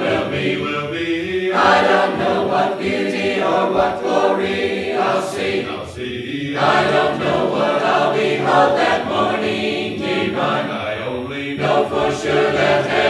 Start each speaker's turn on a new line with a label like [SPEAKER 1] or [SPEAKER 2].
[SPEAKER 1] will be. I don't know what beauty or what glory I'll see. I'll see. I don't know what I'll behold that morning divine. I only know for sure that